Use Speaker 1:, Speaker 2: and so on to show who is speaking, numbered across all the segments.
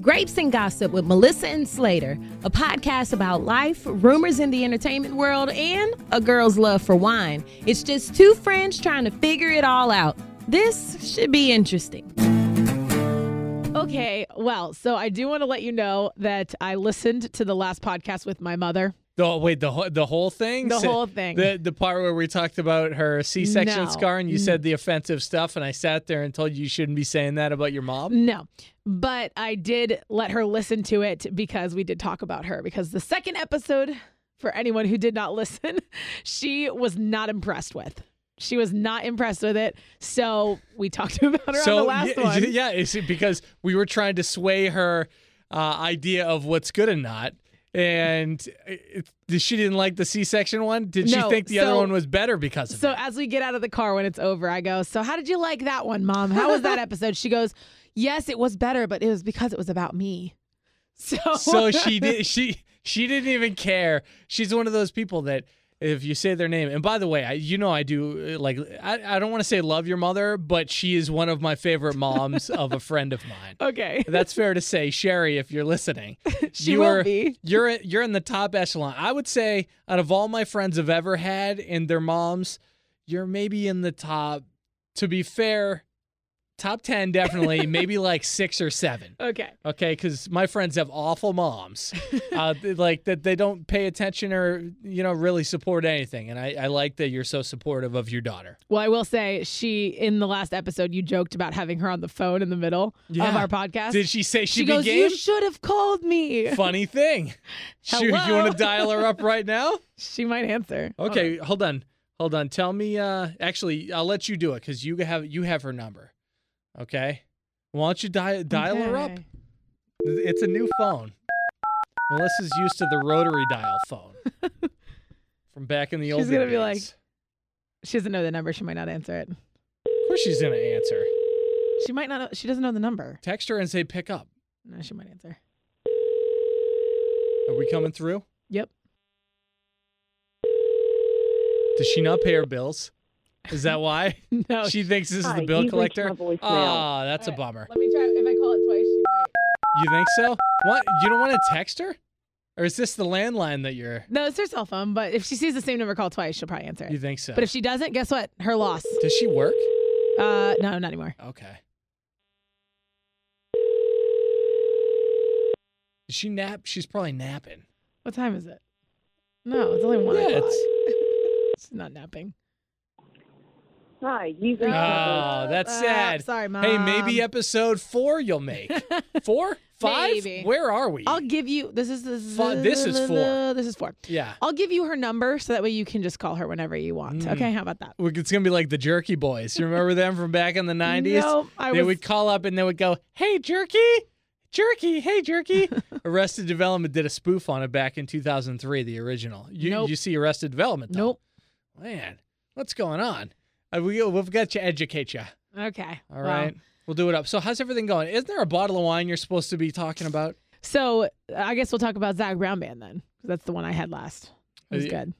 Speaker 1: Grapes and Gossip with Melissa and Slater, a podcast about life, rumors in the entertainment world, and a girl's love for wine. It's just two friends trying to figure it all out. This should be interesting.
Speaker 2: Mm-hmm.
Speaker 3: Okay, well, so I do want to let you know that I listened to the last podcast with my mother.
Speaker 2: The, wait, the whole the whole thing,
Speaker 3: The
Speaker 2: So-
Speaker 3: whole thing.
Speaker 2: the the part where we talked about her C-section
Speaker 3: No. Mm.
Speaker 2: scar, and you said the offensive stuff, and I sat there and told you you shouldn't be saying that about your mom.
Speaker 3: No, but I did let her listen to it because we did talk about her. Because the second episode, for anyone who did not listen, she was not impressed with. She was not impressed with it. So we talked about her on the last
Speaker 2: yeah,
Speaker 3: one.
Speaker 2: yeah, is it because we were trying to sway her uh, idea of what's good and not, and it, it- she didn't like the C-section one. Did
Speaker 3: No,
Speaker 2: she think the other
Speaker 3: so-
Speaker 2: one was better because of
Speaker 3: So
Speaker 2: it?
Speaker 3: as we get out of the car when it's over, I go, So how did you like that one, mom? How was that episode? She goes, Yes, it was better, but it was because it was about me. So,
Speaker 2: So she did. She she didn't even care. She's one of those people that if you say their name, and by the way, I, you know I do uh, like I, I don't want to say love your mother, but she is one of my favorite moms of a friend of mine.
Speaker 3: Okay.
Speaker 2: That's fair to say, Sherry, if you're listening.
Speaker 3: She
Speaker 2: you
Speaker 3: will
Speaker 2: are,
Speaker 3: be.
Speaker 2: You're you're in the top echelon. I would say out of all my friends I've ever had and their moms, you're maybe in the top. To be fair, top ten definitely, maybe like six or seven.
Speaker 3: Okay.
Speaker 2: Okay, because my friends have awful moms, uh, they- like that they don't pay attention or you know really support anything. And I, I like that you're so supportive of your daughter.
Speaker 3: Well, I will say she in the last episode you joked about having her on the phone in the middle of
Speaker 2: Yeah.
Speaker 3: our podcast.
Speaker 2: Did she say she,
Speaker 3: she
Speaker 2: be
Speaker 3: goes,
Speaker 2: game?
Speaker 3: You should have called me.
Speaker 2: Funny thing. Shoot, you want
Speaker 3: Hello?
Speaker 2: to dial her up right now?
Speaker 3: She might answer. Hold
Speaker 2: Okay, hold on, hold on. Tell me. Uh, actually, I'll let you do it because you have you have her number. Okay, why don't you dial
Speaker 3: on.
Speaker 2: dial her up?
Speaker 3: Okay.
Speaker 2: It's a new phone. Melissa's used to the rotary dial phone from back in the old.
Speaker 3: She's gonna be like-
Speaker 2: days.
Speaker 3: She doesn't know the number. She might not answer it.
Speaker 2: Of course she's gonna answer.
Speaker 3: She might not. She doesn't know the number.
Speaker 2: Text her and say pick up.
Speaker 3: No, she might answer.
Speaker 2: Are we coming through?
Speaker 3: Yep.
Speaker 2: Does she not pay her bills? Is that why
Speaker 3: No.
Speaker 2: she thinks this is
Speaker 4: Hi,
Speaker 2: the bill
Speaker 4: you've reached
Speaker 2: collector?
Speaker 4: my voicemail.
Speaker 2: Ah, that's a
Speaker 3: All right,
Speaker 2: bummer.
Speaker 3: Let me try. If I call it twice, she might.
Speaker 2: You think so? What? You don't want to text her? Or is this the landline that you're?
Speaker 3: No, it's her cell phone. But if she sees the same number call twice, she'll probably answer it.
Speaker 2: You think so?
Speaker 3: But if she doesn't, guess what? Her loss.
Speaker 2: Does she work?
Speaker 3: Uh, no, not anymore.
Speaker 2: Okay. Is she nap? She's probably napping.
Speaker 3: What time is it? No, it's only one
Speaker 2: Yeah,
Speaker 3: o'clock.
Speaker 2: it's-
Speaker 3: She's not napping.
Speaker 4: Hi, you've reached my
Speaker 2: Oh, that's
Speaker 3: Uh,
Speaker 2: sad.
Speaker 3: Sorry, mom.
Speaker 2: Hey,
Speaker 3: Um,
Speaker 2: maybe episode four you'll make. Four? Five?
Speaker 3: Maybe.
Speaker 2: Where are we?
Speaker 3: I'll give you. This is this.
Speaker 2: Fu- this is four.
Speaker 3: This is four.
Speaker 2: yeah.
Speaker 3: I'll give you her number so that way you can just call her whenever you want.
Speaker 2: Mm.
Speaker 3: Okay, how about that?
Speaker 2: It's going to be like the Jerky Boys. You remember them from back in the 90s?
Speaker 3: No, I
Speaker 2: they
Speaker 3: was.
Speaker 2: would call up and they would go, "Hey, Jerky, Jerky, hey, Jerky." Arrested Development did a spoof on it back in 2003, the original. You
Speaker 3: Nope.
Speaker 2: you see Arrested Development? Though.
Speaker 3: Nope.
Speaker 2: Man, what's going on? Uh, we we've got to educate you.
Speaker 3: Okay.
Speaker 2: All
Speaker 3: well.
Speaker 2: right? we'll do it up. So how's everything going? Isn't there a bottle of wine you're supposed to be talking about?
Speaker 3: So uh, I guess we'll talk about Zach Brown Band then. 'cause That's the one I had last. It was
Speaker 2: Uh,
Speaker 3: good.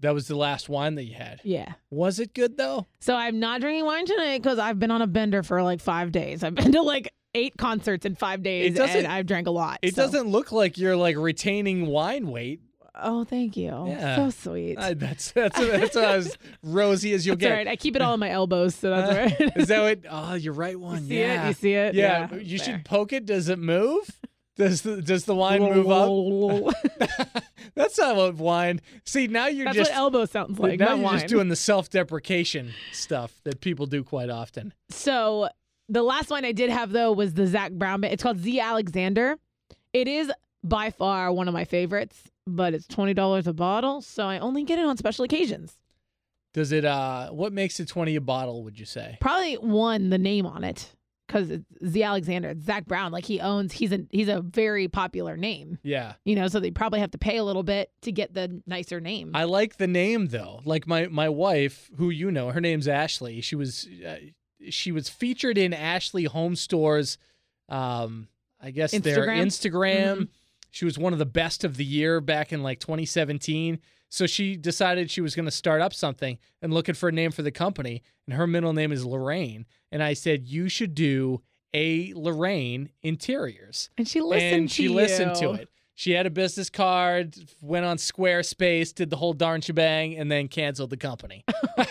Speaker 2: That was the last wine that you had.
Speaker 3: Yeah.
Speaker 2: Was it good though?
Speaker 3: So I'm not drinking wine tonight because I've been on a bender for like five days. I've been to like eight concerts in five days,
Speaker 2: doesn't-
Speaker 3: and I've drank a lot.
Speaker 2: It
Speaker 3: so-
Speaker 2: doesn't look like you're like retaining wine weight.
Speaker 3: Oh, thank you.
Speaker 2: Yeah.
Speaker 3: So sweet.
Speaker 2: Uh, that's that's that's as rosy as you'll
Speaker 3: That's all
Speaker 2: get.
Speaker 3: right. I keep it all in my elbows, so that's all
Speaker 2: Uh,
Speaker 3: right.
Speaker 2: Is that what? Oh, you're right.
Speaker 3: you
Speaker 2: One.
Speaker 3: see
Speaker 2: yeah.
Speaker 3: it? You see it?
Speaker 2: Yeah, but you should poke it. Does it move? Does the does the wine move up?
Speaker 3: up.
Speaker 2: That's not what wine. See, now you're
Speaker 3: That's
Speaker 2: just
Speaker 3: what elbow sounds like.
Speaker 2: now
Speaker 3: not
Speaker 2: you're
Speaker 3: wine.
Speaker 2: just doing the self-deprecation stuff that people do quite often.
Speaker 3: So the last wine I did have though was the Zach Brown. Band. It's called Z Alexander. It is by far one of my favorites, but it's twenty dollars a bottle, so I only get it on special occasions.
Speaker 2: Does it? Uh, what makes it twenty a bottle? Would you say?
Speaker 3: Probably one the name on it because it's Z Alexander. It's Zach Brown. Like he owns. He's a he's a very popular name.
Speaker 2: Yeah,
Speaker 3: You know, so they probably have to pay a little bit to get the nicer name.
Speaker 2: I like the name though. Like my my wife, who you know, her name's Ashley. She was uh, she was featured in Ashley Home Store's, um, I guess their
Speaker 3: Instagram?
Speaker 2: Instagram.
Speaker 3: Mhm.
Speaker 2: She was one of the best of the year back in like 2017. So she decided she was going to start up something and looking for a name for the company. And her middle name is Lorraine. And I said you should do a Lorraine Interiors.
Speaker 3: And she listened
Speaker 2: and
Speaker 3: to
Speaker 2: she listened to
Speaker 3: you.
Speaker 2: it. She had a business card, went on Squarespace, did the whole darn shebang, and then canceled the company.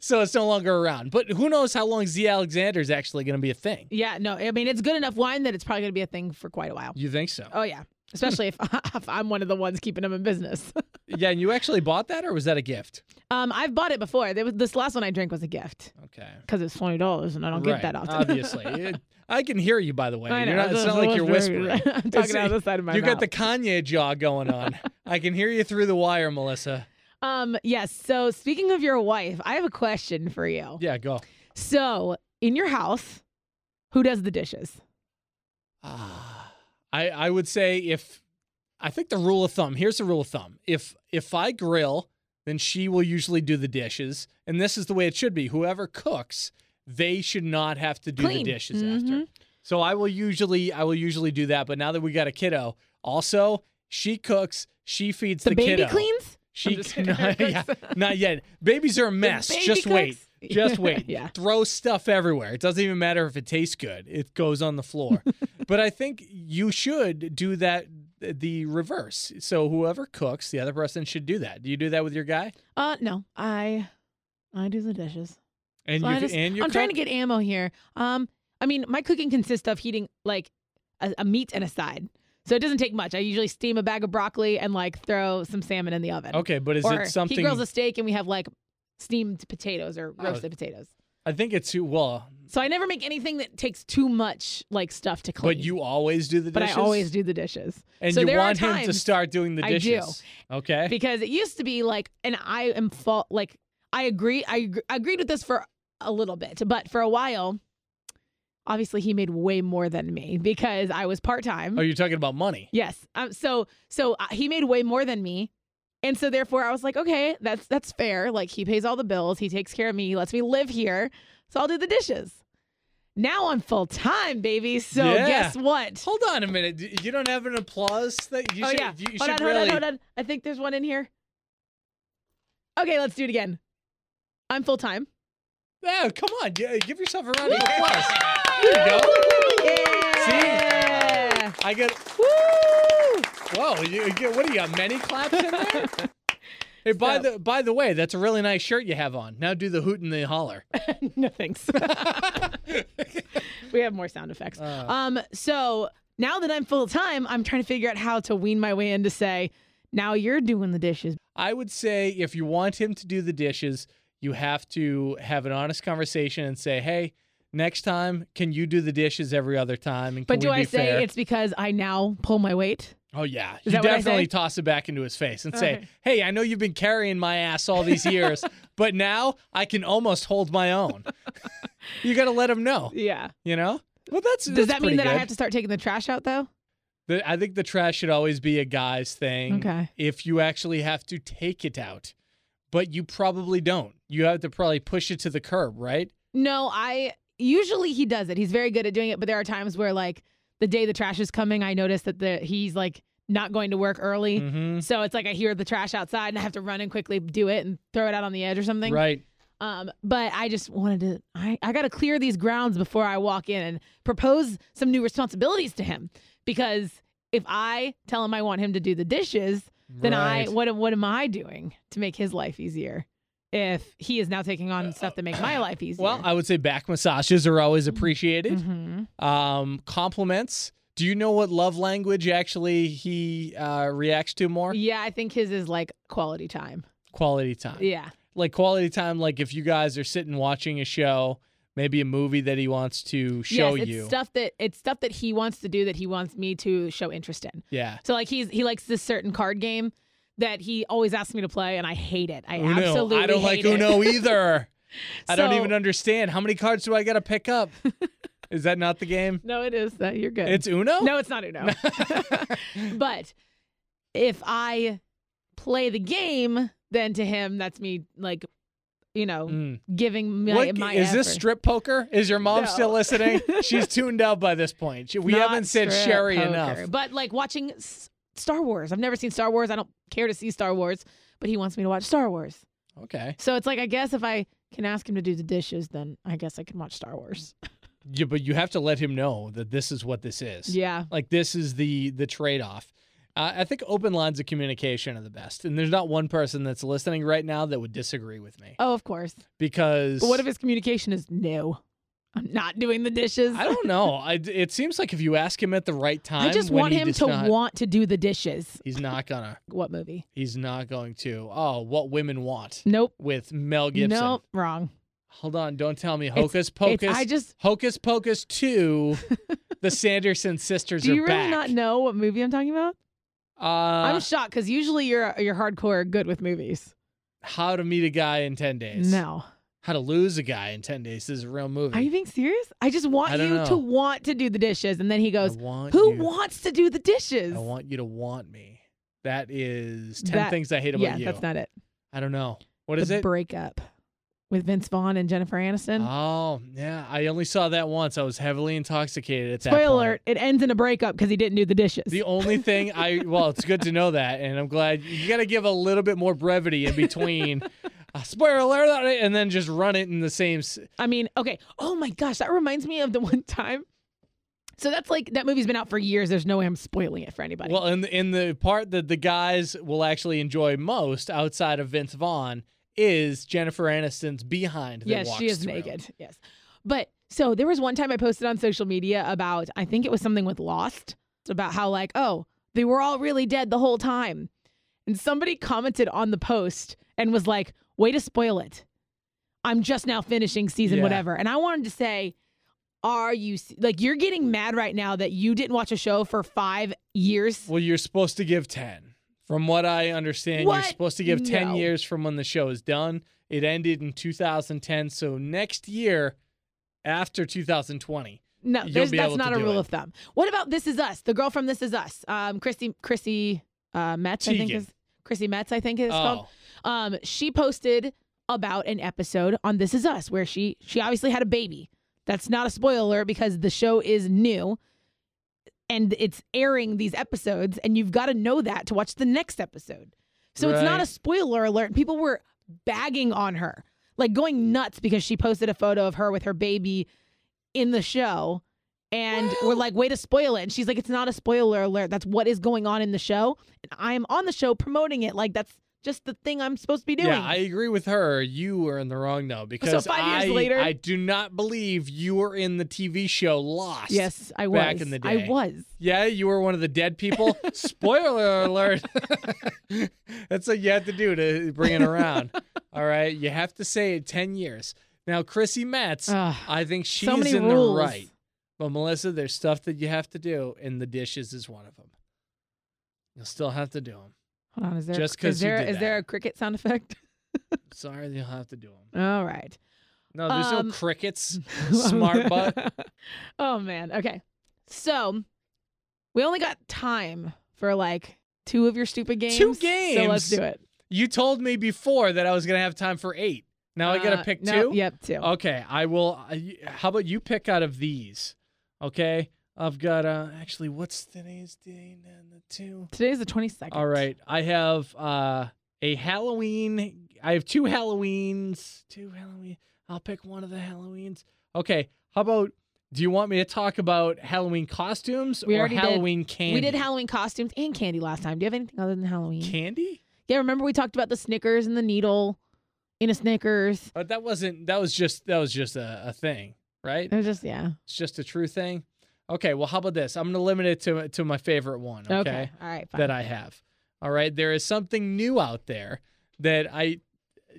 Speaker 2: so it's no longer around. But who knows how long Z Alexander is actually going to be a thing?
Speaker 3: Yeah, no, I mean it's good enough wine that it's probably going to be a thing for quite a while.
Speaker 2: You think so?
Speaker 3: Oh yeah, especially if, if I'm one of the ones keeping them in business.
Speaker 2: Yeah, and you actually bought that, or was that a gift?
Speaker 3: um, I've bought it before. There was, this last one I drank was a gift
Speaker 2: Okay.
Speaker 3: because it's twenty dollars, and I don't get
Speaker 2: Right,
Speaker 3: that often.
Speaker 2: obviously, It- I can hear you. By the way,
Speaker 3: I
Speaker 2: You're
Speaker 3: know,
Speaker 2: not, it's
Speaker 3: that's
Speaker 2: not
Speaker 3: what
Speaker 2: like
Speaker 3: I
Speaker 2: you're
Speaker 3: was doing.
Speaker 2: whispering.
Speaker 3: I'm talking
Speaker 2: It's-
Speaker 3: out of the side of my
Speaker 2: You got
Speaker 3: mouth.
Speaker 2: the Kanye jaw going on. I can hear you through the wire, Melissa.
Speaker 3: Um, yes. So speaking of your wife, I have a question for you.
Speaker 2: Yeah, go.
Speaker 3: So in your house, who does the dishes?
Speaker 2: Ah, I I would say if I think the rule of thumb here's the rule of thumb if if I grill then she will usually do the dishes and this is the way it should be whoever cooks they should not have to do
Speaker 1: Clean.
Speaker 2: the dishes
Speaker 3: Mhm.
Speaker 2: after so I will usually I will usually do that but now that we got a kiddo also she cooks she feeds the,
Speaker 3: The, baby
Speaker 2: kiddo
Speaker 3: cleans.
Speaker 2: she
Speaker 3: I'm just
Speaker 2: not, yeah, not yet babies are a mess
Speaker 3: baby
Speaker 2: just wait
Speaker 3: cooks.
Speaker 2: just wait.
Speaker 3: Yeah.
Speaker 2: Throw stuff everywhere. It doesn't even matter if it tastes good. It goes on the floor. but I think you should do that the reverse. So whoever cooks, the other person should do that. Do you do that with your guy?
Speaker 3: Uh, no, I, I do the dishes.
Speaker 2: And
Speaker 3: So
Speaker 2: you
Speaker 3: I just-
Speaker 2: and you
Speaker 3: I'm trying to
Speaker 2: cook?
Speaker 3: get ammo here. Um, I mean, my cooking consists of heating like a, a meat and a side, so it doesn't take much. I usually steam a bag of broccoli and like throw some salmon in the oven.
Speaker 2: Okay, but is
Speaker 3: or
Speaker 2: it something Oh.
Speaker 3: he grills a steak and we have like steamed potatoes or roasted potatoes.
Speaker 2: I think it's too well,
Speaker 3: So I never make anything that takes too much like stuff to clean.
Speaker 2: but you always do the
Speaker 3: But
Speaker 2: dishes.
Speaker 3: I always do the dishes
Speaker 2: And
Speaker 3: so
Speaker 2: you
Speaker 3: there are
Speaker 2: want him to
Speaker 3: times
Speaker 2: start doing the
Speaker 3: I do.
Speaker 2: dishes. Okay.
Speaker 3: because it used to be like, and I am fault like I agree. I agr- I agreed with this for a little bit, but for a while, obviously he made way more than me because I was part time.
Speaker 2: oh, you're talking about money.
Speaker 3: Yes. Um. So so uh, he made way more than me, and so therefore I was like, okay, that's that's fair. Like he pays all the bills, he takes care of me, he lets me live here, so I'll do the dishes. Now I'm full time, baby. So
Speaker 2: Yeah.
Speaker 3: guess what?
Speaker 2: Hold on a minute. D- You don't have an applause that you
Speaker 3: oh
Speaker 2: should
Speaker 3: yeah.
Speaker 2: you
Speaker 3: hold
Speaker 2: should
Speaker 3: on, hold
Speaker 2: really
Speaker 3: on, hold on. I think there's one in here. Okay, let's do it again. I'm full time.
Speaker 2: Oh, come on. Gi- Give yourself a round of applause. There you go.
Speaker 3: Yeah.
Speaker 2: I get. Whoa! You, you- what do you got? Many claps in there. Hey, by
Speaker 3: So-
Speaker 2: the by the way, that's a really nice shirt you have on. Now do the hoot and the holler.
Speaker 3: no thanks. we have more sound effects.
Speaker 2: Uh,
Speaker 3: Um, so now that I'm full time, I'm trying to figure out how to wean my way in to say, now you're doing the dishes.
Speaker 2: I would say if you want him to do the dishes, you have to have an honest conversation and say, "Hey, next time, can you do the dishes every other time?" And
Speaker 3: But
Speaker 2: can
Speaker 3: do
Speaker 2: we
Speaker 3: I
Speaker 2: be
Speaker 3: say
Speaker 2: fair?
Speaker 3: it's because I now pull my weight?
Speaker 2: Oh yeah,
Speaker 3: Is
Speaker 2: you
Speaker 3: that what I
Speaker 2: definitely
Speaker 3: say?
Speaker 2: toss it back into his face and say,
Speaker 3: Okay.
Speaker 2: "Hey, I know you've been carrying my ass all these years, but now I can almost hold my own." you got to let him know,
Speaker 3: Yeah.
Speaker 2: you know. Well, that's
Speaker 3: Does that mean that I have to start taking the trash out though?
Speaker 2: I think the trash should always be a guy's thing.
Speaker 3: Okay.
Speaker 2: If you actually have to take it out, but you probably don't. You have to probably push it to the curb, right?
Speaker 3: No, I usually he does it. He's very good at doing it, but there are times where like the day the trash is coming, I notice that the he's like not going to work early.
Speaker 2: Mm-hmm.
Speaker 3: So it's like I hear the trash outside and I have to run and quickly do it and throw it out on the edge or something.
Speaker 2: Right.
Speaker 3: Um, but I just wanted to I, I gotta clear these grounds before I walk in and propose some new responsibilities to him. Because if I tell him I want him to do the dishes, then
Speaker 2: right.
Speaker 3: I what am- what am I doing to make his life easier? If he is now taking on stuff that make my life easier.
Speaker 2: Uh, Well, I would say back massages are always
Speaker 3: Mm-hmm.
Speaker 2: appreciated.
Speaker 3: Mhm.
Speaker 2: um, compliments. Do you know what love language actually he uh, reacts to more?
Speaker 3: Yeah, I think his is like quality time.
Speaker 2: Quality time.
Speaker 3: Yeah.
Speaker 2: Like quality time, like if you guys are sitting watching a show, maybe a movie that he wants to show
Speaker 3: yes, it's
Speaker 2: you.
Speaker 3: stuff that it's stuff that he wants to do that he wants me to show interest in.
Speaker 2: yeah.
Speaker 3: So like he's he likes this certain card game that he always asks me to play, and I hate it. I
Speaker 2: Uno.
Speaker 3: absolutely
Speaker 2: I don't like
Speaker 3: hate it.
Speaker 2: Uno either. I don't
Speaker 3: So-
Speaker 2: even understand. How many cards do I got to pick up? Is that not the game?
Speaker 3: No, it is that you're good.
Speaker 2: It's Uno?
Speaker 3: no, it's not Uno. but if I play the game, then to him that's me like, you know,
Speaker 2: Mm.
Speaker 3: giving my,
Speaker 2: What-
Speaker 3: my
Speaker 2: is this
Speaker 3: effort.
Speaker 2: strip poker? Is your mom
Speaker 3: No.
Speaker 2: still listening? She's tuned out by this point. She- We
Speaker 3: Not
Speaker 2: haven't said
Speaker 3: strip
Speaker 2: Sherry
Speaker 3: poker,
Speaker 2: enough.
Speaker 3: But like watching S- Star Wars. I've never seen Star Wars. I don't care to see Star Wars, but he wants me to watch Star Wars.
Speaker 2: Okay.
Speaker 3: So it's like I guess if I can ask him to do the dishes, then I guess I can watch Star Wars.
Speaker 2: Yeah, but you have to let him know that this is what this is.
Speaker 3: Yeah.
Speaker 2: Like this is the the trade off. Uh, I think open lines of communication are the best, and there's not one person that's listening right now that would disagree with me
Speaker 3: Oh, of course.
Speaker 2: because
Speaker 3: But what if his communication is no? I'm not doing the dishes.
Speaker 2: I don't know. I, it seems like if you ask him at the right time,
Speaker 3: I just
Speaker 2: when
Speaker 3: want
Speaker 2: he
Speaker 3: him
Speaker 2: does
Speaker 3: to
Speaker 2: not-
Speaker 3: want to do the dishes.
Speaker 2: He's not gonna.
Speaker 3: What movie?
Speaker 2: He's not going to. Oh, what women want
Speaker 3: Nope.
Speaker 2: with Mel Gibson.
Speaker 3: Nope. Wrong.
Speaker 2: Hold on, don't tell me
Speaker 3: It's-
Speaker 2: Hocus
Speaker 3: It's,
Speaker 2: Pocus.
Speaker 3: I just.
Speaker 2: Hocus Pocus Two. the Sanderson sisters
Speaker 3: Do you
Speaker 2: are
Speaker 3: really
Speaker 2: back.
Speaker 3: not know what movie I'm talking about?
Speaker 2: Uh,
Speaker 3: I'm shocked because usually you're you're hardcore good with movies.
Speaker 2: How to Meet a Guy in Ten Days.
Speaker 3: No.
Speaker 2: How to Lose a Guy in Ten Days. This is a real movie.
Speaker 3: Are you being serious? I just want
Speaker 2: I
Speaker 3: you
Speaker 2: don't know.
Speaker 3: to want to do the dishes, and then he
Speaker 2: I
Speaker 3: goes,
Speaker 2: want
Speaker 3: "Who
Speaker 2: you-
Speaker 3: wants to do the dishes?"
Speaker 2: I want you to want me. That is ten
Speaker 3: That-
Speaker 2: things I hate about
Speaker 3: yeah,
Speaker 2: you.
Speaker 3: that's not it.
Speaker 2: I don't know. What is
Speaker 3: the
Speaker 2: it?
Speaker 3: breakup with Vince Vaughn and Jennifer Aniston.
Speaker 2: Oh yeah, I only saw that once. I was heavily intoxicated at that
Speaker 3: Spoiler
Speaker 2: point.
Speaker 3: alert, it ends in a breakup because he didn't do the dishes.
Speaker 2: The only thing I well, it's good to know that, and I'm glad you got to give a little bit more brevity in between. uh, spoiler alert, and then just run it in the same. s-
Speaker 3: I mean, okay. Oh my gosh, that reminds me of the one time. So that's like that movie's been out for years. There's no way I'm spoiling it for anybody.
Speaker 2: Well, in the, in the part that the guys will actually enjoy most outside of Vince Vaughn is Jennifer Aniston's behind. That
Speaker 3: yes, she
Speaker 2: walks
Speaker 3: is
Speaker 2: through.
Speaker 3: naked. Yes. But so there was one time I posted on social media about I think it was something with Lost about how like, oh, they were all really dead the whole time. And somebody commented on the post and was like, "Way to spoil it. I'm just now finishing season
Speaker 2: Yeah.
Speaker 3: whatever." And I wanted to say, "Are you s- like you're getting mad right now that you didn't watch a show for 5 years?"
Speaker 2: Well, you're supposed to give 10. From what I understand, you're
Speaker 3: What?
Speaker 2: supposed to give 10
Speaker 3: No.
Speaker 2: years from when the show is done. It ended in 2010. So next year, after 2020,
Speaker 3: No,
Speaker 2: You'll
Speaker 3: there's,
Speaker 2: be
Speaker 3: that's
Speaker 2: able
Speaker 3: not
Speaker 2: to
Speaker 3: a
Speaker 2: do
Speaker 3: rule
Speaker 2: it.
Speaker 3: of thumb. What about This Is Us? The girl from This Is Us, um, Chrissy Chrissy uh, Metz, I think
Speaker 2: Teigen.
Speaker 3: is Chrissy Metz, I think it
Speaker 2: oh,
Speaker 3: is called. Um, she posted about an episode on This Is Us where she she obviously had a baby. That's not a spoiler because the show is new and it's airing these episodes, and you've got to know that to watch the next episode. So it's not
Speaker 2: Right.
Speaker 3: a spoiler alert. People were bagging on her, like going nuts because she posted a photo of her with her baby in the show. And we're like, way to spoil it. And she's like, it's not a spoiler alert. That's what is going on in the show. And I'm on the show promoting it. Like, that's just the thing I'm supposed to be doing.
Speaker 2: yeah, I agree with her. You were in the wrong, though, because
Speaker 3: five years
Speaker 2: I,
Speaker 3: later-
Speaker 2: I do not believe you were in the TV show Lost.
Speaker 3: yes, I was.
Speaker 2: back in the day.
Speaker 3: I was.
Speaker 2: Yeah, you were one of the dead people. Spoiler alert. That's what you have to do to bring it around. All right. You have to say it 10 years. Now, Chrissy Metz,
Speaker 3: Ugh,
Speaker 2: I think she's
Speaker 3: so many
Speaker 2: in
Speaker 3: rules.
Speaker 2: the right. But Melissa, there's stuff that you have to do, and the dishes is one of them. You'll still have to do them.
Speaker 3: Hold on. Is there,
Speaker 2: Just
Speaker 3: is
Speaker 2: 'cause you
Speaker 3: there,
Speaker 2: did
Speaker 3: is there
Speaker 2: that.
Speaker 3: a cricket sound effect?
Speaker 2: Sorry, you'll have to do them.
Speaker 3: All right.
Speaker 2: No, there's
Speaker 3: Um,
Speaker 2: no crickets. Smart butt.
Speaker 3: oh man. Okay. So we only got time for like two of your stupid games.
Speaker 2: Two
Speaker 3: So let's
Speaker 2: games?
Speaker 3: do it.
Speaker 2: You told me before that I was going to have time for eight. Now I got
Speaker 3: Uh,
Speaker 2: to pick
Speaker 3: no,
Speaker 2: two? Oh.
Speaker 3: Yep, two.
Speaker 2: Okay, I will. I- How about you pick out of these? Okay, I've got. Uh, actually, what's today's day? And the two.
Speaker 3: Today's the twenty second.
Speaker 2: All right, I have uh, a Halloween. I have two Halloweens. Two Halloween. I'll pick one of the Halloweens. Okay, how about? Do you want me to talk about Halloween costumes
Speaker 3: We
Speaker 2: or
Speaker 3: already did.
Speaker 2: Halloween candy?
Speaker 3: We did Halloween costumes and candy last time. Do you have anything other than Halloween?
Speaker 2: candy.
Speaker 3: yeah, remember we talked about the Snickers and the needle in a Snickers.
Speaker 2: But Uh, that wasn't. That was just. That was just a, a thing, right?
Speaker 3: It was just yeah.
Speaker 2: It's just a true thing. Okay, well, how about this? I'm gonna limit it to to my favorite one.
Speaker 3: Okay.
Speaker 2: okay?
Speaker 3: All right, fine.
Speaker 2: that I have. All right. There is something new out there that I,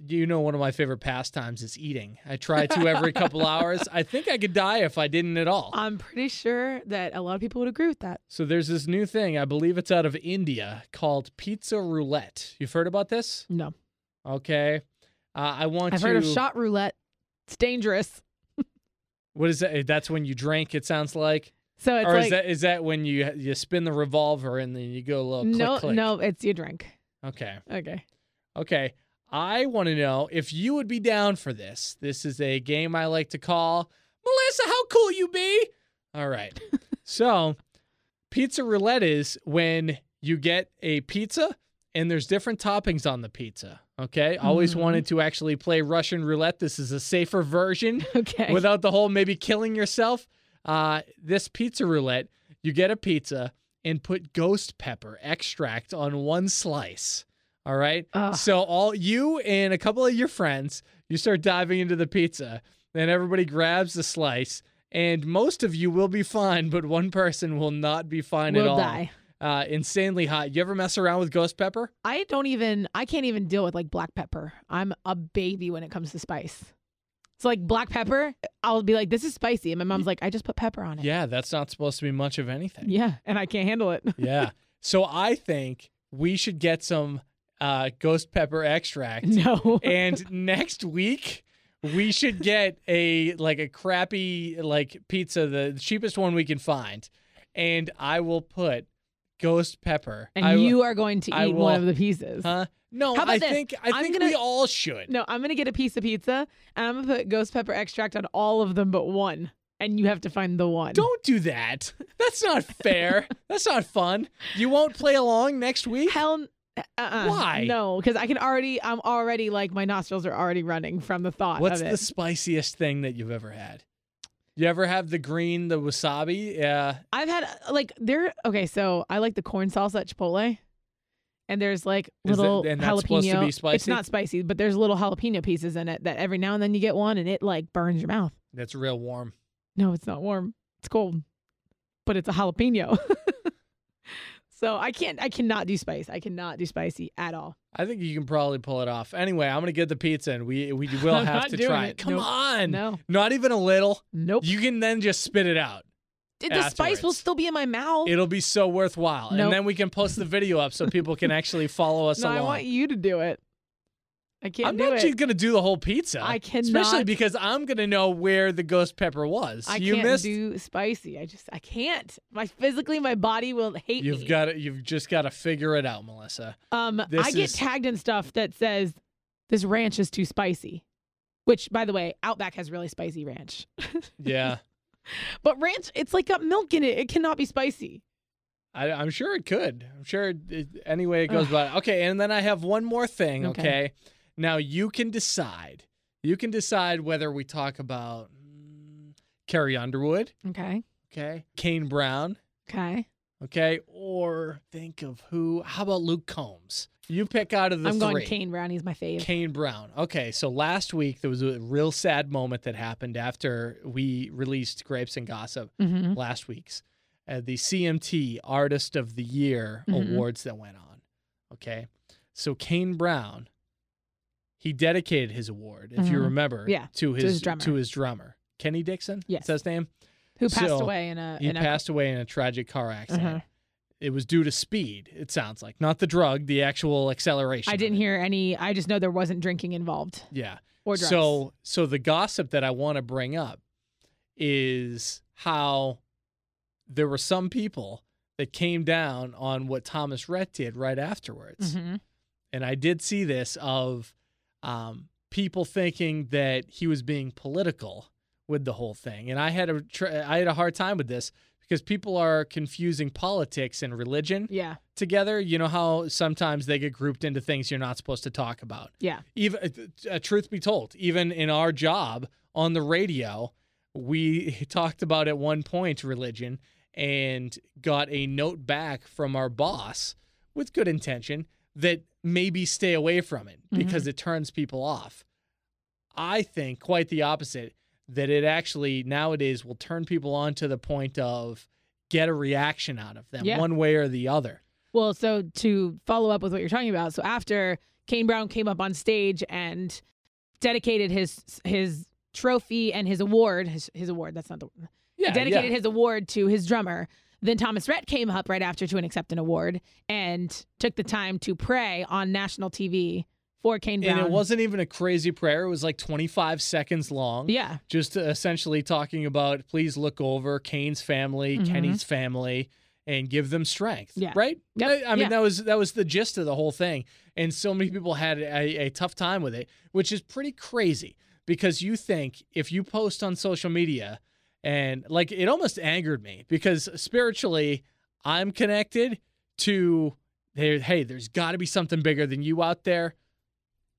Speaker 2: you know, one of my favorite pastimes is eating. I try to every couple hours. I think I could die if I didn't at all.
Speaker 3: I'm pretty sure that a lot of people would agree with that.
Speaker 2: So there's this new thing. I believe it's out of India called pizza roulette. You've heard about this?
Speaker 3: No.
Speaker 2: Okay. Uh, I want
Speaker 3: I've
Speaker 2: to.
Speaker 3: heard of shot roulette. It's dangerous.
Speaker 2: What is that? That's when you drink. It sounds like,
Speaker 3: So it's
Speaker 2: or
Speaker 3: like
Speaker 2: is that is that when you you spin the revolver and then you go a little click
Speaker 3: no,
Speaker 2: click?
Speaker 3: no, it's you drink.
Speaker 2: Okay.
Speaker 3: Okay.
Speaker 2: Okay. I want to know if you would be down for this. This is a game I like to call Melissa, how cool you be. All right. so, pizza roulette is when you get a pizza and there's different toppings on the pizza. Okay. Always wanted to actually play Russian roulette. This is a safer version
Speaker 3: Okay.
Speaker 2: without the whole maybe killing yourself. Uh, this pizza roulette, you get a pizza and put ghost pepper extract on one slice. All right.
Speaker 3: Ugh.
Speaker 2: So all you and a couple of your friends, you start diving into the pizza. Then everybody grabs the slice, and most of you will be fine, but one person will not be fine at
Speaker 3: Will
Speaker 2: all.
Speaker 3: die.
Speaker 2: Uh, insanely hot. You ever mess around with ghost pepper?
Speaker 3: I don't even. I can't even deal with like black pepper. I'm a baby when it comes to spice. So like black pepper, I'll be like, "This is spicy," and my mom's like, "I just put pepper on it."
Speaker 2: Yeah, that's not supposed to be much of anything.
Speaker 3: Yeah, and I can't handle it.
Speaker 2: Yeah. So I think we should get some uh, ghost pepper extract.
Speaker 3: no.
Speaker 2: and next week we should get a like a crappy like pizza, the cheapest one we can find, and I will put ghost pepper.
Speaker 3: And
Speaker 2: I,
Speaker 3: you are going to
Speaker 2: I
Speaker 3: eat
Speaker 2: will-
Speaker 3: one of the pieces.
Speaker 2: huh? No,
Speaker 3: How about
Speaker 2: I
Speaker 3: this?
Speaker 2: think I
Speaker 3: I'm
Speaker 2: think
Speaker 3: gonna-
Speaker 2: we all should.
Speaker 3: No, I'm gonna get a piece of pizza and I'm gonna put ghost pepper extract on all of them but one. And you have to find the one.
Speaker 2: Don't do that. That's not fair. That's not fun. You won't play along next week.
Speaker 3: hell. n- Uh-uh.
Speaker 2: Why?
Speaker 3: No, because I can already. I'm already like my nostrils are already running from the thought
Speaker 2: What's
Speaker 3: of it.
Speaker 2: the spiciest thing that you've ever had? You ever have the green, the wasabi? Yeah.
Speaker 3: I've had uh, like there. Okay, so I like the corn salsa at Chipotle, and there's like
Speaker 2: Is it-
Speaker 3: little
Speaker 2: and that's
Speaker 3: jalapeno.
Speaker 2: supposed to be
Speaker 3: It's
Speaker 2: spicy?
Speaker 3: not spicy, but there's little jalapeno pieces in it that every now and then you get one, and it like burns your mouth.
Speaker 2: That's real warm.
Speaker 3: No, it's not warm. It's cold, but it's a jalapeno. so I can't. I cannot do spice. I cannot do spicy at all.
Speaker 2: I think you can probably pull it off. Anyway, I'm gonna get the pizza and we we will
Speaker 3: I'm
Speaker 2: have
Speaker 3: not
Speaker 2: to
Speaker 3: doing
Speaker 2: try it.
Speaker 3: it.
Speaker 2: Come
Speaker 3: Nope.
Speaker 2: on.
Speaker 3: No,
Speaker 2: Not even a little.
Speaker 3: nope.
Speaker 2: You can then just spit it out.
Speaker 3: the spice will
Speaker 2: afterwards.
Speaker 3: still be in my mouth.
Speaker 2: It'll be so worthwhile.
Speaker 3: Nope.
Speaker 2: And then we can post the video up so people can actually follow us
Speaker 3: no,
Speaker 2: along.
Speaker 3: I want you to do it. I can't
Speaker 2: I'm
Speaker 3: do
Speaker 2: not
Speaker 3: it.
Speaker 2: just gonna do the whole pizza.
Speaker 3: I
Speaker 2: Especially
Speaker 3: cannot-
Speaker 2: because I'm gonna know where the ghost pepper was.
Speaker 3: I
Speaker 2: you
Speaker 3: can't
Speaker 2: missed
Speaker 3: do spicy. I just I can't. My physically my body will hate me.
Speaker 2: You've got to, you've just got to figure it out, Melissa.
Speaker 3: um
Speaker 2: this
Speaker 3: I get
Speaker 2: is-
Speaker 3: tagged in stuff that says this ranch is too spicy. Which by the way, Outback has really spicy ranch.
Speaker 2: Yeah,
Speaker 3: But ranch it's like got milk in it. It cannot be spicy.
Speaker 2: I, I'm sure it could. I'm sure it, it, any way it goes about it. Okay, and then I have one more thing. Okay.
Speaker 3: Okay.
Speaker 2: now you can decide. You can decide whether we talk about mm, Carrie Underwood,
Speaker 3: Okay.
Speaker 2: okay, Kane Brown,
Speaker 3: Okay.
Speaker 2: okay, or think of who? How about Luke Combs? You pick out of the
Speaker 3: I'm
Speaker 2: three.
Speaker 3: going Kane Brown, he's my fave.
Speaker 2: Kane Brown. Okay, so last week there was a real sad moment that happened after we released Grapes and Gossip.
Speaker 3: Mm-hmm.
Speaker 2: last week's uh, the CMT Artist of the Year
Speaker 3: Mhm.
Speaker 2: awards that went on. Okay, so Kane Brown, he dedicated his award, if you
Speaker 3: Mhm.
Speaker 2: remember,
Speaker 3: Yeah,
Speaker 2: to his
Speaker 3: his drummer.
Speaker 2: to his drummer Kenny Dixon. Is
Speaker 3: Yes.
Speaker 2: that his name.
Speaker 3: Who passed
Speaker 2: So,
Speaker 3: away in a
Speaker 2: He
Speaker 3: in a
Speaker 2: passed away in a tragic car accident.
Speaker 3: Uh-huh.
Speaker 2: It was due to speed. It sounds like not the drug, the actual acceleration.
Speaker 3: I
Speaker 2: of
Speaker 3: didn't
Speaker 2: it.
Speaker 3: hear any I just know there wasn't drinking involved
Speaker 2: Yeah.
Speaker 3: or drugs.
Speaker 2: So so the gossip that I want to bring up is how there were some people that came down on what Thomas Rhett did right afterwards.
Speaker 3: Mhm.
Speaker 2: And I did see this of um, people thinking that he was being political with the whole thing. And I had a tr- I had a hard time with this because people are confusing politics and religion
Speaker 3: Yeah.
Speaker 2: together. You know how sometimes they get grouped into things you're not supposed to talk about
Speaker 3: Yeah.
Speaker 2: even uh, truth be told, even in our job on the radio, we talked about at one point religion and got a note back from our boss with good intention that maybe stay away from it
Speaker 3: Mm-hmm.
Speaker 2: because it turns people off. I think quite the opposite that it actually nowadays will turn people on to the point of get a reaction out of them
Speaker 3: Yeah.
Speaker 2: one way or the other.
Speaker 3: Well, so to follow up with what you're talking about, so after Kane Brown came up on stage and dedicated his his trophy and his award, his, his award, that's not the
Speaker 2: Yeah,
Speaker 3: dedicated his award to his drummer. Then Thomas Rhett came up right after to an accept an award and took the time to pray on national TV for Kane Brown.
Speaker 2: And it wasn't even a crazy prayer. It was like 25 seconds long.
Speaker 3: yeah,
Speaker 2: just uh, essentially talking about please look over Kane's family,
Speaker 3: Mhm.
Speaker 2: Kenny's family, and give them strength.
Speaker 3: Yeah.
Speaker 2: Right?
Speaker 3: Yep.
Speaker 2: I, I mean,
Speaker 3: Yeah.
Speaker 2: that was that was the gist of the whole thing, and so many people had a, a tough time with it, which is pretty crazy because you think if you post on social media, and like it almost angered me because spiritually I'm connected to there, hey, there's got to be something bigger than you out there.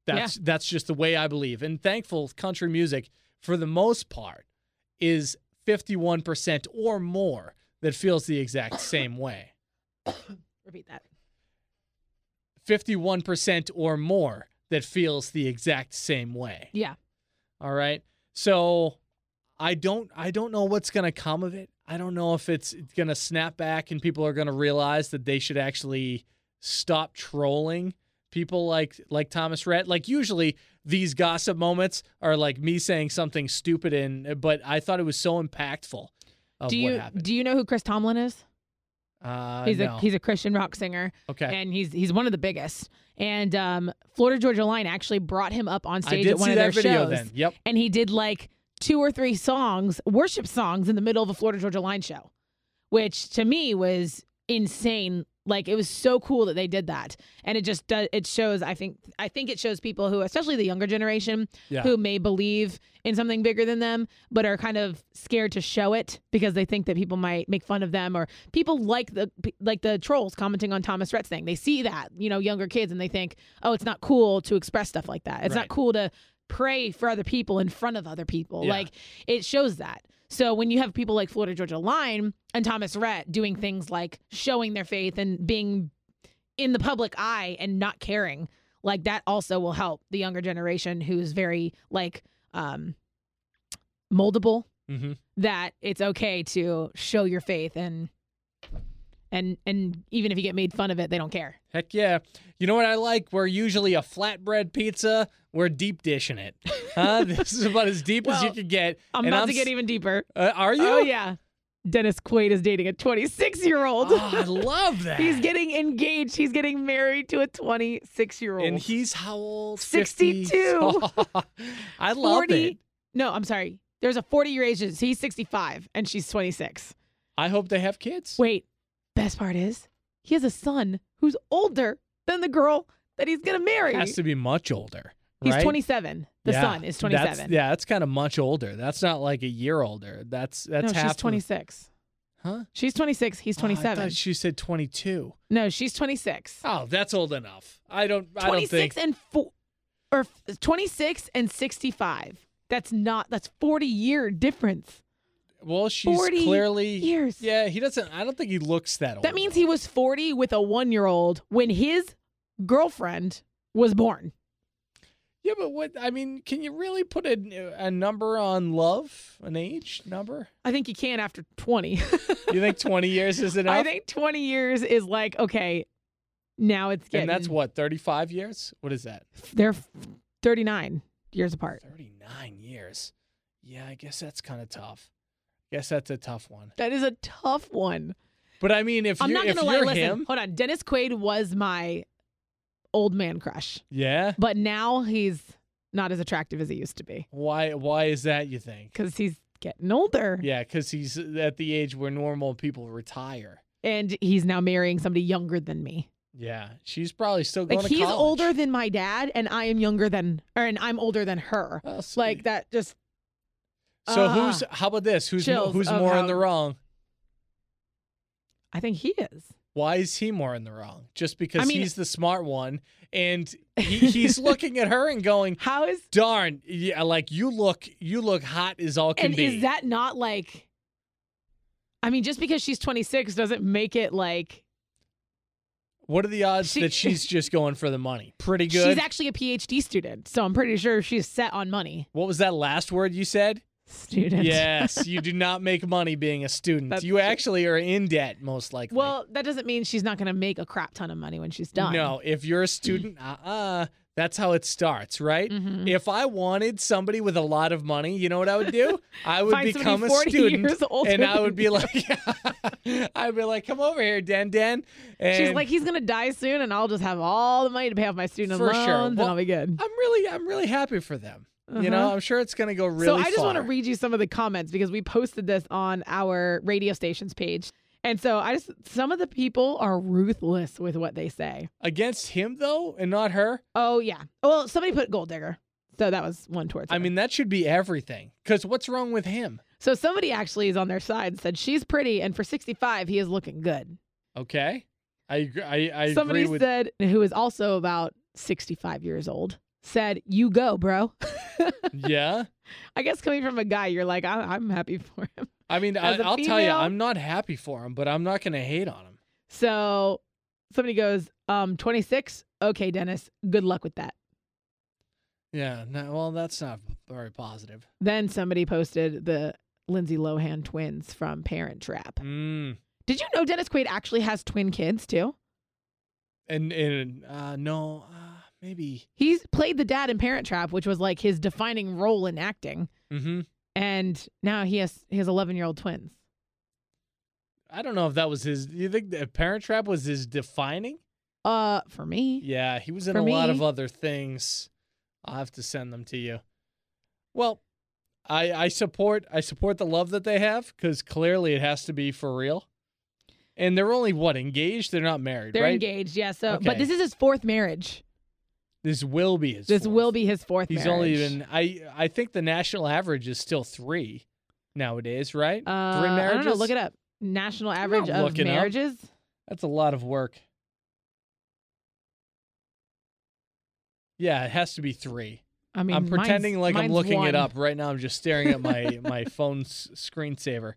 Speaker 2: That's that's just the way I believe. And thankful country music, for the most part, is 51% or more that feels the exact same way.
Speaker 3: Repeat that.
Speaker 2: 51% or more that feels the exact same way.
Speaker 3: Yeah.
Speaker 2: All right. So I don't I don't know what's gonna come of it. I don't know if it's gonna snap back and people are gonna realize that they should actually stop trolling people like like Thomas Rhett. Like usually these gossip moments are like me saying something stupid and but I thought it was so impactful of
Speaker 3: do
Speaker 2: what
Speaker 3: you
Speaker 2: happened.
Speaker 3: do you know who Chris Tomlin is?
Speaker 2: uh,
Speaker 3: He's
Speaker 2: no.
Speaker 3: a he's a Christian rock singer,
Speaker 2: okay.
Speaker 3: and he's he's one of the biggest. And um, Florida Georgia Line actually brought him up on
Speaker 2: I
Speaker 3: stage
Speaker 2: did
Speaker 3: at one
Speaker 2: see
Speaker 3: of their
Speaker 2: that video
Speaker 3: shows,
Speaker 2: then. Yep.
Speaker 3: and he did like two or three songs, worship songs, in the middle of a Florida Georgia Line show, which to me was insane. Like it was so cool that they did that, and it just does. It shows. I think. I think it shows people who, especially the younger generation,
Speaker 2: Yeah.
Speaker 3: who may believe in something bigger than them, but are kind of scared to show it because they think that people might make fun of them or people like the like the trolls commenting on Thomas Rhett's thing. They see that you know younger kids and they think, oh, it's not cool to express stuff like that. It's
Speaker 2: Right.
Speaker 3: not cool to pray for other people in front of other people.
Speaker 2: Yeah.
Speaker 3: Like it shows that. So when you have people like Florida Georgia Line and Thomas Rhett doing things like showing their faith and being in the public eye and not caring like that also will help the younger generation who's very like um moldable
Speaker 2: Mhm.
Speaker 3: that it's okay to show your faith and and and even if you get made fun of it they don't care
Speaker 2: Heck yeah. You know what I like? We're usually a flatbread pizza. We're deep dishing it. Huh? this is about as deep as you
Speaker 3: Well,
Speaker 2: could get.
Speaker 3: i'm
Speaker 2: And
Speaker 3: about to
Speaker 2: s-
Speaker 3: get even deeper
Speaker 2: Uh, are you?
Speaker 3: oh yeah dennis quaid is dating a 26 year old
Speaker 2: Oh, I love that.
Speaker 3: he's getting engaged he's getting marted to a 26 year
Speaker 2: And
Speaker 3: old
Speaker 2: he's how old?
Speaker 3: 62.
Speaker 2: 50? I love it.
Speaker 3: no i'm sorry there's a 40 year age difference. he's 65 and she's 26
Speaker 2: I hope they have kids.
Speaker 3: Wait, best part is he has a son who's older than the girl that he's gonna marry.
Speaker 2: Has to be much older.
Speaker 3: he's
Speaker 2: right?
Speaker 3: 27. The
Speaker 2: Yeah,
Speaker 3: son is
Speaker 2: that's-
Speaker 3: 27.
Speaker 2: yeah, that's kind of much older. That's not like a year older. That's
Speaker 3: no,
Speaker 2: that's half.
Speaker 3: she's
Speaker 2: of-
Speaker 3: 26.
Speaker 2: Huh?
Speaker 3: She's 26. He's
Speaker 2: Oh, I
Speaker 3: 27.
Speaker 2: thought she said 22.
Speaker 3: no, she's 26.
Speaker 2: Oh, that's old enough. I don't. I don't
Speaker 3: 26
Speaker 2: think.
Speaker 3: and four, or f- 26 and 65. That's not. That's 40 year difference.
Speaker 2: Well, she's
Speaker 3: 40
Speaker 2: clearly.
Speaker 3: Years.
Speaker 2: Yeah, he doesn't. I don't think he looks that old.
Speaker 3: That means he was 40 with a one year old when his girlfriend was born.
Speaker 2: Yeah, but what? I mean, can you really put a, a number on love? An age number?
Speaker 3: I think you can after 20.
Speaker 2: You think 20 years is enough?
Speaker 3: I think 20 years is like, okay, now it's getting.
Speaker 2: and that's what 35 years. What is that?
Speaker 3: They're f- 39 years apart.
Speaker 2: 39 years. Yeah, I guess that's kind of tough. Guess that's a tough one.
Speaker 3: That is a tough one.
Speaker 2: But I mean, if
Speaker 3: I'm
Speaker 2: you're,
Speaker 3: not going
Speaker 2: if
Speaker 3: to lie.
Speaker 2: you're
Speaker 3: Listen,
Speaker 2: him,
Speaker 3: hold on. Dennis Quaid was my old man crush,
Speaker 2: yeah.
Speaker 3: but now he's not as attractive as he used to be
Speaker 2: Why? Why is that? You think?
Speaker 3: because he's getting older
Speaker 2: Yeah, because he's at the age where normal people retire.
Speaker 3: and he's now marrying somebody younger than me.
Speaker 2: Yeah, she's probably still going
Speaker 3: Like
Speaker 2: to
Speaker 3: he's
Speaker 2: college.
Speaker 3: older than my dad, and I am younger than, or and I'm older than her.
Speaker 2: Well, see.
Speaker 3: Like that just
Speaker 2: So
Speaker 3: Ah,
Speaker 2: who's? How about this? Who's mo-
Speaker 3: chills
Speaker 2: who's
Speaker 3: of
Speaker 2: more
Speaker 3: how-
Speaker 2: in the wrong?
Speaker 3: I think he is.
Speaker 2: Why is he more in the wrong? Just because
Speaker 3: I mean-
Speaker 2: he's the smart one, and he, he's looking at her and going,
Speaker 3: How is
Speaker 2: "Darn, yeah, like you look, you look hot as all can
Speaker 3: and
Speaker 2: be."
Speaker 3: is that not like i mean just because she's 26 doesn't make it like
Speaker 2: What are the odds
Speaker 3: She-
Speaker 2: that she's just going for the money? Pretty good.
Speaker 3: she's actually a phd student so i'm pretty sure she's set on money
Speaker 2: what was that last word you said?
Speaker 3: student
Speaker 2: yes, you do not make money being a student.
Speaker 3: That's
Speaker 2: you
Speaker 3: true.
Speaker 2: actually are in debt most likely.
Speaker 3: well that doesn't mean she's not going to make a crap ton of money when she's done Mm.
Speaker 2: no, if you're a student, uh-uh, that's how it starts, right?
Speaker 3: Mhm.
Speaker 2: If I wanted somebody with a lot of money, you know what I would do? I would
Speaker 3: Find somebody
Speaker 2: become a
Speaker 3: 40
Speaker 2: student
Speaker 3: years older
Speaker 2: and I
Speaker 3: than
Speaker 2: would be like I'd be like, "Come over here, Dan Dan." And
Speaker 3: she's like he's going to die soon and i'll just have all the money to pay off my student
Speaker 2: For
Speaker 3: loans
Speaker 2: sure.
Speaker 3: and
Speaker 2: Well,
Speaker 3: i'll be good
Speaker 2: "I'm really I'm really happy for them." You know,
Speaker 3: Uh-huh.
Speaker 2: I'm sure it's going to go really
Speaker 3: so I just want to
Speaker 2: far.
Speaker 3: read you some of the comments because we posted this on our radio station's page. And so I just some of the people are ruthless with what they say.
Speaker 2: against him though and not her
Speaker 3: Oh yeah. Well, somebody put gold digger. So that was one towards.
Speaker 2: i
Speaker 3: her.
Speaker 2: mean that should be everything because what's wrong with him
Speaker 3: so somebody actually is on their side and said she's pretty, and for sixty-five, he is looking good.
Speaker 2: okay I agree. I, I
Speaker 3: Somebody
Speaker 2: agree with.
Speaker 3: said, who is also about 65 years old, said, You go, bro.
Speaker 2: yeah.
Speaker 3: I guess coming from a guy, you're like, I- I'm happy for him.
Speaker 2: I mean, I,
Speaker 3: As a
Speaker 2: I'll tell you,
Speaker 3: female-
Speaker 2: I'm not happy for him, but I'm not going to hate on him.
Speaker 3: So somebody goes, um, 26. Okay, Dennis, good luck with that.
Speaker 2: Yeah. No, well, that's not very positive.
Speaker 3: Then somebody posted the Lindsay Lohan twins from Parent Trap.
Speaker 2: Mm.
Speaker 3: Did you know Dennis Quaid actually has twin kids too?
Speaker 2: And and uh, no, uh, maybe.
Speaker 3: He's played the dad in Parent Trap, which was like his defining role in acting.
Speaker 2: hmm
Speaker 3: And now he has his 11 year old twins.
Speaker 2: I don't know if that was his. You think that Parent Trap was his defining?
Speaker 3: Uh, for me,
Speaker 2: Yeah, he was in
Speaker 3: For
Speaker 2: a lot of
Speaker 3: me.
Speaker 2: other things. I'll have to send them to you. Well, I I support I support the love that they have because clearly it has to be for real. And they're only what engaged? They're not married,
Speaker 3: they're
Speaker 2: right?
Speaker 3: engaged. Yeah. So,
Speaker 2: Okay.
Speaker 3: but this is his fourth marriage.
Speaker 2: This will be his.
Speaker 3: This
Speaker 2: fourth.
Speaker 3: will be his fourth.
Speaker 2: He's
Speaker 3: marriage.
Speaker 2: only even. I I think the national average is still three nowadays, right?
Speaker 3: uh,
Speaker 2: three
Speaker 3: I
Speaker 2: marriages.
Speaker 3: don't know. Look it up. National average
Speaker 2: not
Speaker 3: of
Speaker 2: looking up.
Speaker 3: marriages.
Speaker 2: That's a lot of work. Yeah, it has to be three.
Speaker 3: I mean,
Speaker 2: I'm
Speaker 3: mine's-
Speaker 2: pretending like I'm
Speaker 3: mine's
Speaker 2: looking
Speaker 3: one.
Speaker 2: it up right now. I'm just staring at my my phone's screensaver.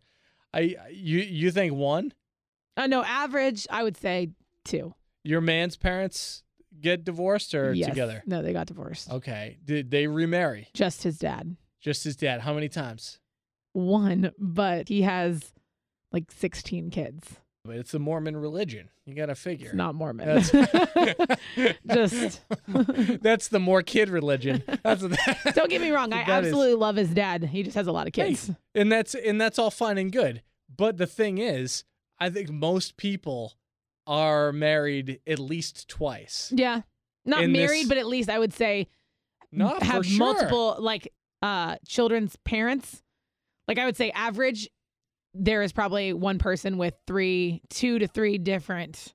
Speaker 2: I you you think one?
Speaker 3: Uh, no, average, I would say two.
Speaker 2: Your man's parents get divorced or
Speaker 3: Yes.
Speaker 2: together?
Speaker 3: No, they got divorced.
Speaker 2: Okay. Did they remarry?
Speaker 3: Just his dad.
Speaker 2: Just his dad. How many times?
Speaker 3: One, but he has like 16 kids.
Speaker 2: But it's the Mormon religion. You got to figure.
Speaker 3: It's not Mormon.
Speaker 2: That's-
Speaker 3: Just
Speaker 2: That's the more kid religion. That's
Speaker 3: don't get me wrong. I
Speaker 2: That is-
Speaker 3: absolutely love his dad. He just has a lot of kids.
Speaker 2: and that's and that's all fine and good but the thing is i think most people are married at least twice
Speaker 3: Yeah. Not
Speaker 2: In
Speaker 3: married,
Speaker 2: this-
Speaker 3: but at least I would say
Speaker 2: not
Speaker 3: have
Speaker 2: for sure.
Speaker 3: multiple like uh children's parents. Like I would say average there is probably one person with three, two to three different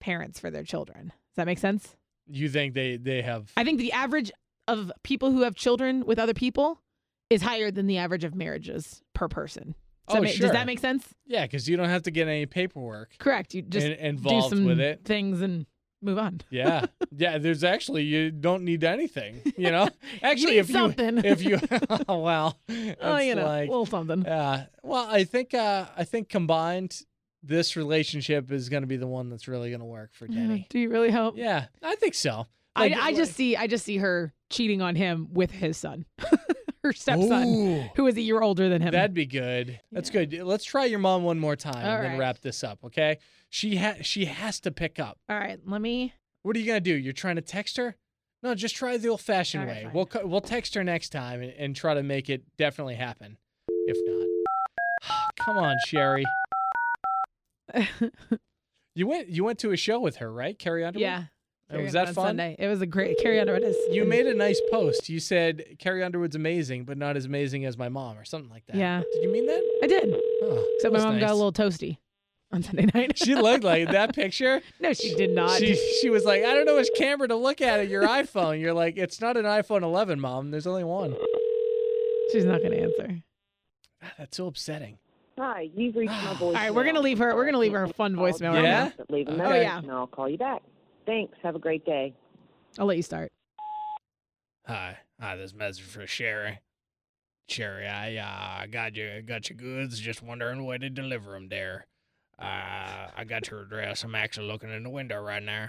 Speaker 3: parents for their children. Does that make sense?
Speaker 2: you think they they have
Speaker 3: I think the average of people who have children with other people is higher than the average of marriages per person. Does,
Speaker 2: Oh,
Speaker 3: that, ma-
Speaker 2: sure.
Speaker 3: does that make sense?
Speaker 2: yeah because you don't have to get any paperwork
Speaker 3: Correct. You just
Speaker 2: in-
Speaker 3: do
Speaker 2: involved
Speaker 3: some
Speaker 2: with it
Speaker 3: things and move on.
Speaker 2: yeah yeah there's actually you don't need anything you know actually
Speaker 3: need
Speaker 2: if
Speaker 3: something.
Speaker 2: you if you oh, well
Speaker 3: oh,
Speaker 2: that's
Speaker 3: you know,
Speaker 2: like-
Speaker 3: a little something.
Speaker 2: Yeah. Well, I think uh, I think combined, this relationship is going to be the one that's really going to work for Denny.
Speaker 3: do you really hope?
Speaker 2: yeah, I think so.
Speaker 3: Mm-hmm. I,
Speaker 2: Like-
Speaker 3: I just see I just see her cheating on him with his son, her stepson,
Speaker 2: Ooh,
Speaker 3: who is a year older than him.
Speaker 2: that'd be good. That's good. Let's try your mom one more time
Speaker 3: All
Speaker 2: and then
Speaker 3: right.
Speaker 2: wrap this up. Okay. She ha- she has to pick up.
Speaker 3: All right, let me.
Speaker 2: What are you gonna do? You're trying to text her? No, just try the old-fashioned
Speaker 3: All right,
Speaker 2: way.
Speaker 3: fine.
Speaker 2: We'll co- we'll text her next time and, and try to make it definitely happen. If not, come on, Sherry. You went you went to a show with her, right? Carrie Underwood.
Speaker 3: yeah,
Speaker 2: And Oh, was
Speaker 3: Carrie
Speaker 2: that
Speaker 3: on
Speaker 2: fun?
Speaker 3: Sunday. It was a great Carrie Underwood. Is,
Speaker 2: You made a nice post. You said Carrie Underwood's amazing, but not as amazing as my mom, or something like that.
Speaker 3: Yeah.
Speaker 2: Did you mean that?
Speaker 3: I did.
Speaker 2: Oh,
Speaker 3: Except
Speaker 2: that
Speaker 3: my
Speaker 2: was
Speaker 3: mom
Speaker 2: nice.
Speaker 3: got a little toasty on Sunday night.
Speaker 2: She looked like that picture.
Speaker 3: no, she did not.
Speaker 2: She she was like, I don't know which camera to look at at your iPhone. You're like, it's not an iPhone 11, mom. There's only one.
Speaker 3: She's not going to answer.
Speaker 2: God, Ah, that's so upsetting.
Speaker 4: Hi, you've reached my voicemail.
Speaker 3: All right, we're gonna leave her. We're gonna leave her a fun voicemail.
Speaker 2: Yeah?
Speaker 3: Right now.
Speaker 4: Leave a
Speaker 2: Okay.
Speaker 4: message,
Speaker 3: Oh, yeah.
Speaker 4: and I'll call you back. Thanks. Have a great day.
Speaker 3: I'll let you start.
Speaker 2: Hi, hi. This message for Sherry. Sherry, I uh, got you got your goods. Just wondering where to deliver them there. Uh, I got your address. I'm actually looking in the window right now,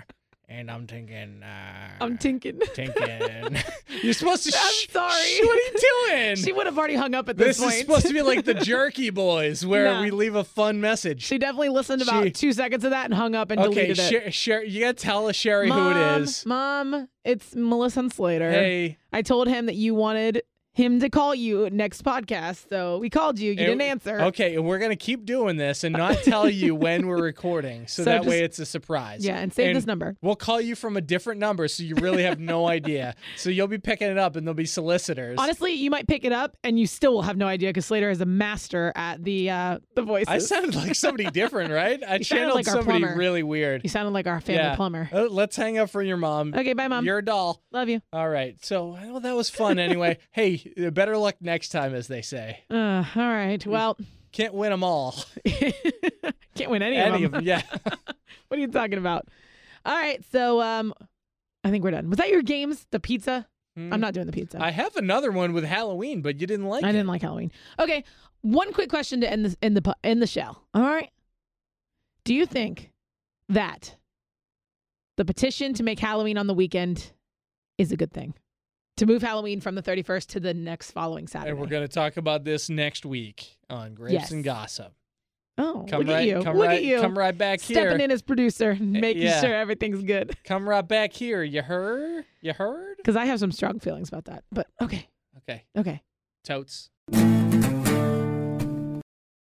Speaker 2: and I'm thinking. Uh,
Speaker 3: I'm tinking.
Speaker 2: Tinkin. You're supposed to.
Speaker 3: I'm
Speaker 2: sh-
Speaker 3: sorry.
Speaker 2: sh- what are you doing?
Speaker 3: she would have already hung up at
Speaker 2: this
Speaker 3: point.
Speaker 2: is supposed to be like the Jerky Boys, where
Speaker 3: Nah.
Speaker 2: we leave a fun message.
Speaker 3: she definitely listened about
Speaker 2: She-
Speaker 3: two seconds of that and hung up and
Speaker 2: okay,
Speaker 3: deleted it.
Speaker 2: share, share. You gotta tell Sherry
Speaker 3: Mom,
Speaker 2: who it is.
Speaker 3: Mom, it's Melissa Slater.
Speaker 2: Hey,
Speaker 3: I told him that you wanted him to call you next podcast, so we called you. You
Speaker 2: And-
Speaker 3: didn't answer.
Speaker 2: okay, and we're gonna keep doing this and not tell you when we're recording,
Speaker 3: So
Speaker 2: so, that
Speaker 3: just-
Speaker 2: way it's a surprise.
Speaker 3: Yeah, and save
Speaker 2: And
Speaker 3: this number.
Speaker 2: We'll call you from a different number, so you really have no idea. So you'll be picking it up, and there'll be solicitors.
Speaker 3: Honestly, you might pick it up and you still will have no idea because Slater is a master at the uh the voices.
Speaker 2: I sounded like somebody different, right? I
Speaker 3: You sounded
Speaker 2: channeled
Speaker 3: like our
Speaker 2: somebody
Speaker 3: plumber.
Speaker 2: really weird.
Speaker 3: you sounded like our family
Speaker 2: Yeah.
Speaker 3: plumber.
Speaker 2: Uh, Let's hang up for your mom.
Speaker 3: Okay, bye, mom.
Speaker 2: You're a doll.
Speaker 3: Love you.
Speaker 2: All right. So well, that was fun anyway. hey, uh, better luck next time, as they say.
Speaker 3: Uh, all right. Well,
Speaker 2: Can't win them all.
Speaker 3: can't win any, of them.
Speaker 2: Any of them. Yeah.
Speaker 3: What are you talking about? All right, so um, I think we're done. Was that your games? The pizza? I'm not doing the pizza.
Speaker 2: Mm-hmm. Hmm. I have another one with Halloween, but you didn't like
Speaker 3: I
Speaker 2: it.
Speaker 3: didn't like Halloween. Okay, one quick question to end this in the pu- in the shell. All right, do you think that the petition to make Halloween on the weekend is a good thing? To move Halloween from the 31st to the next following Saturday.
Speaker 2: And we're going to talk about this next week on Grapes
Speaker 3: Yes.
Speaker 2: and Gossip.
Speaker 3: oh,
Speaker 2: Come
Speaker 3: look
Speaker 2: right,
Speaker 3: at you!
Speaker 2: Come
Speaker 3: look
Speaker 2: right,
Speaker 3: at you!
Speaker 2: Come right back
Speaker 3: Stepping
Speaker 2: here. Eh,
Speaker 3: in as producer, making
Speaker 2: yeah.
Speaker 3: sure everything's good.
Speaker 2: Come right back here. You heard? You heard?
Speaker 3: Because I have some strong feelings about that. But okay,
Speaker 2: Okay.
Speaker 3: okay.
Speaker 2: Totes.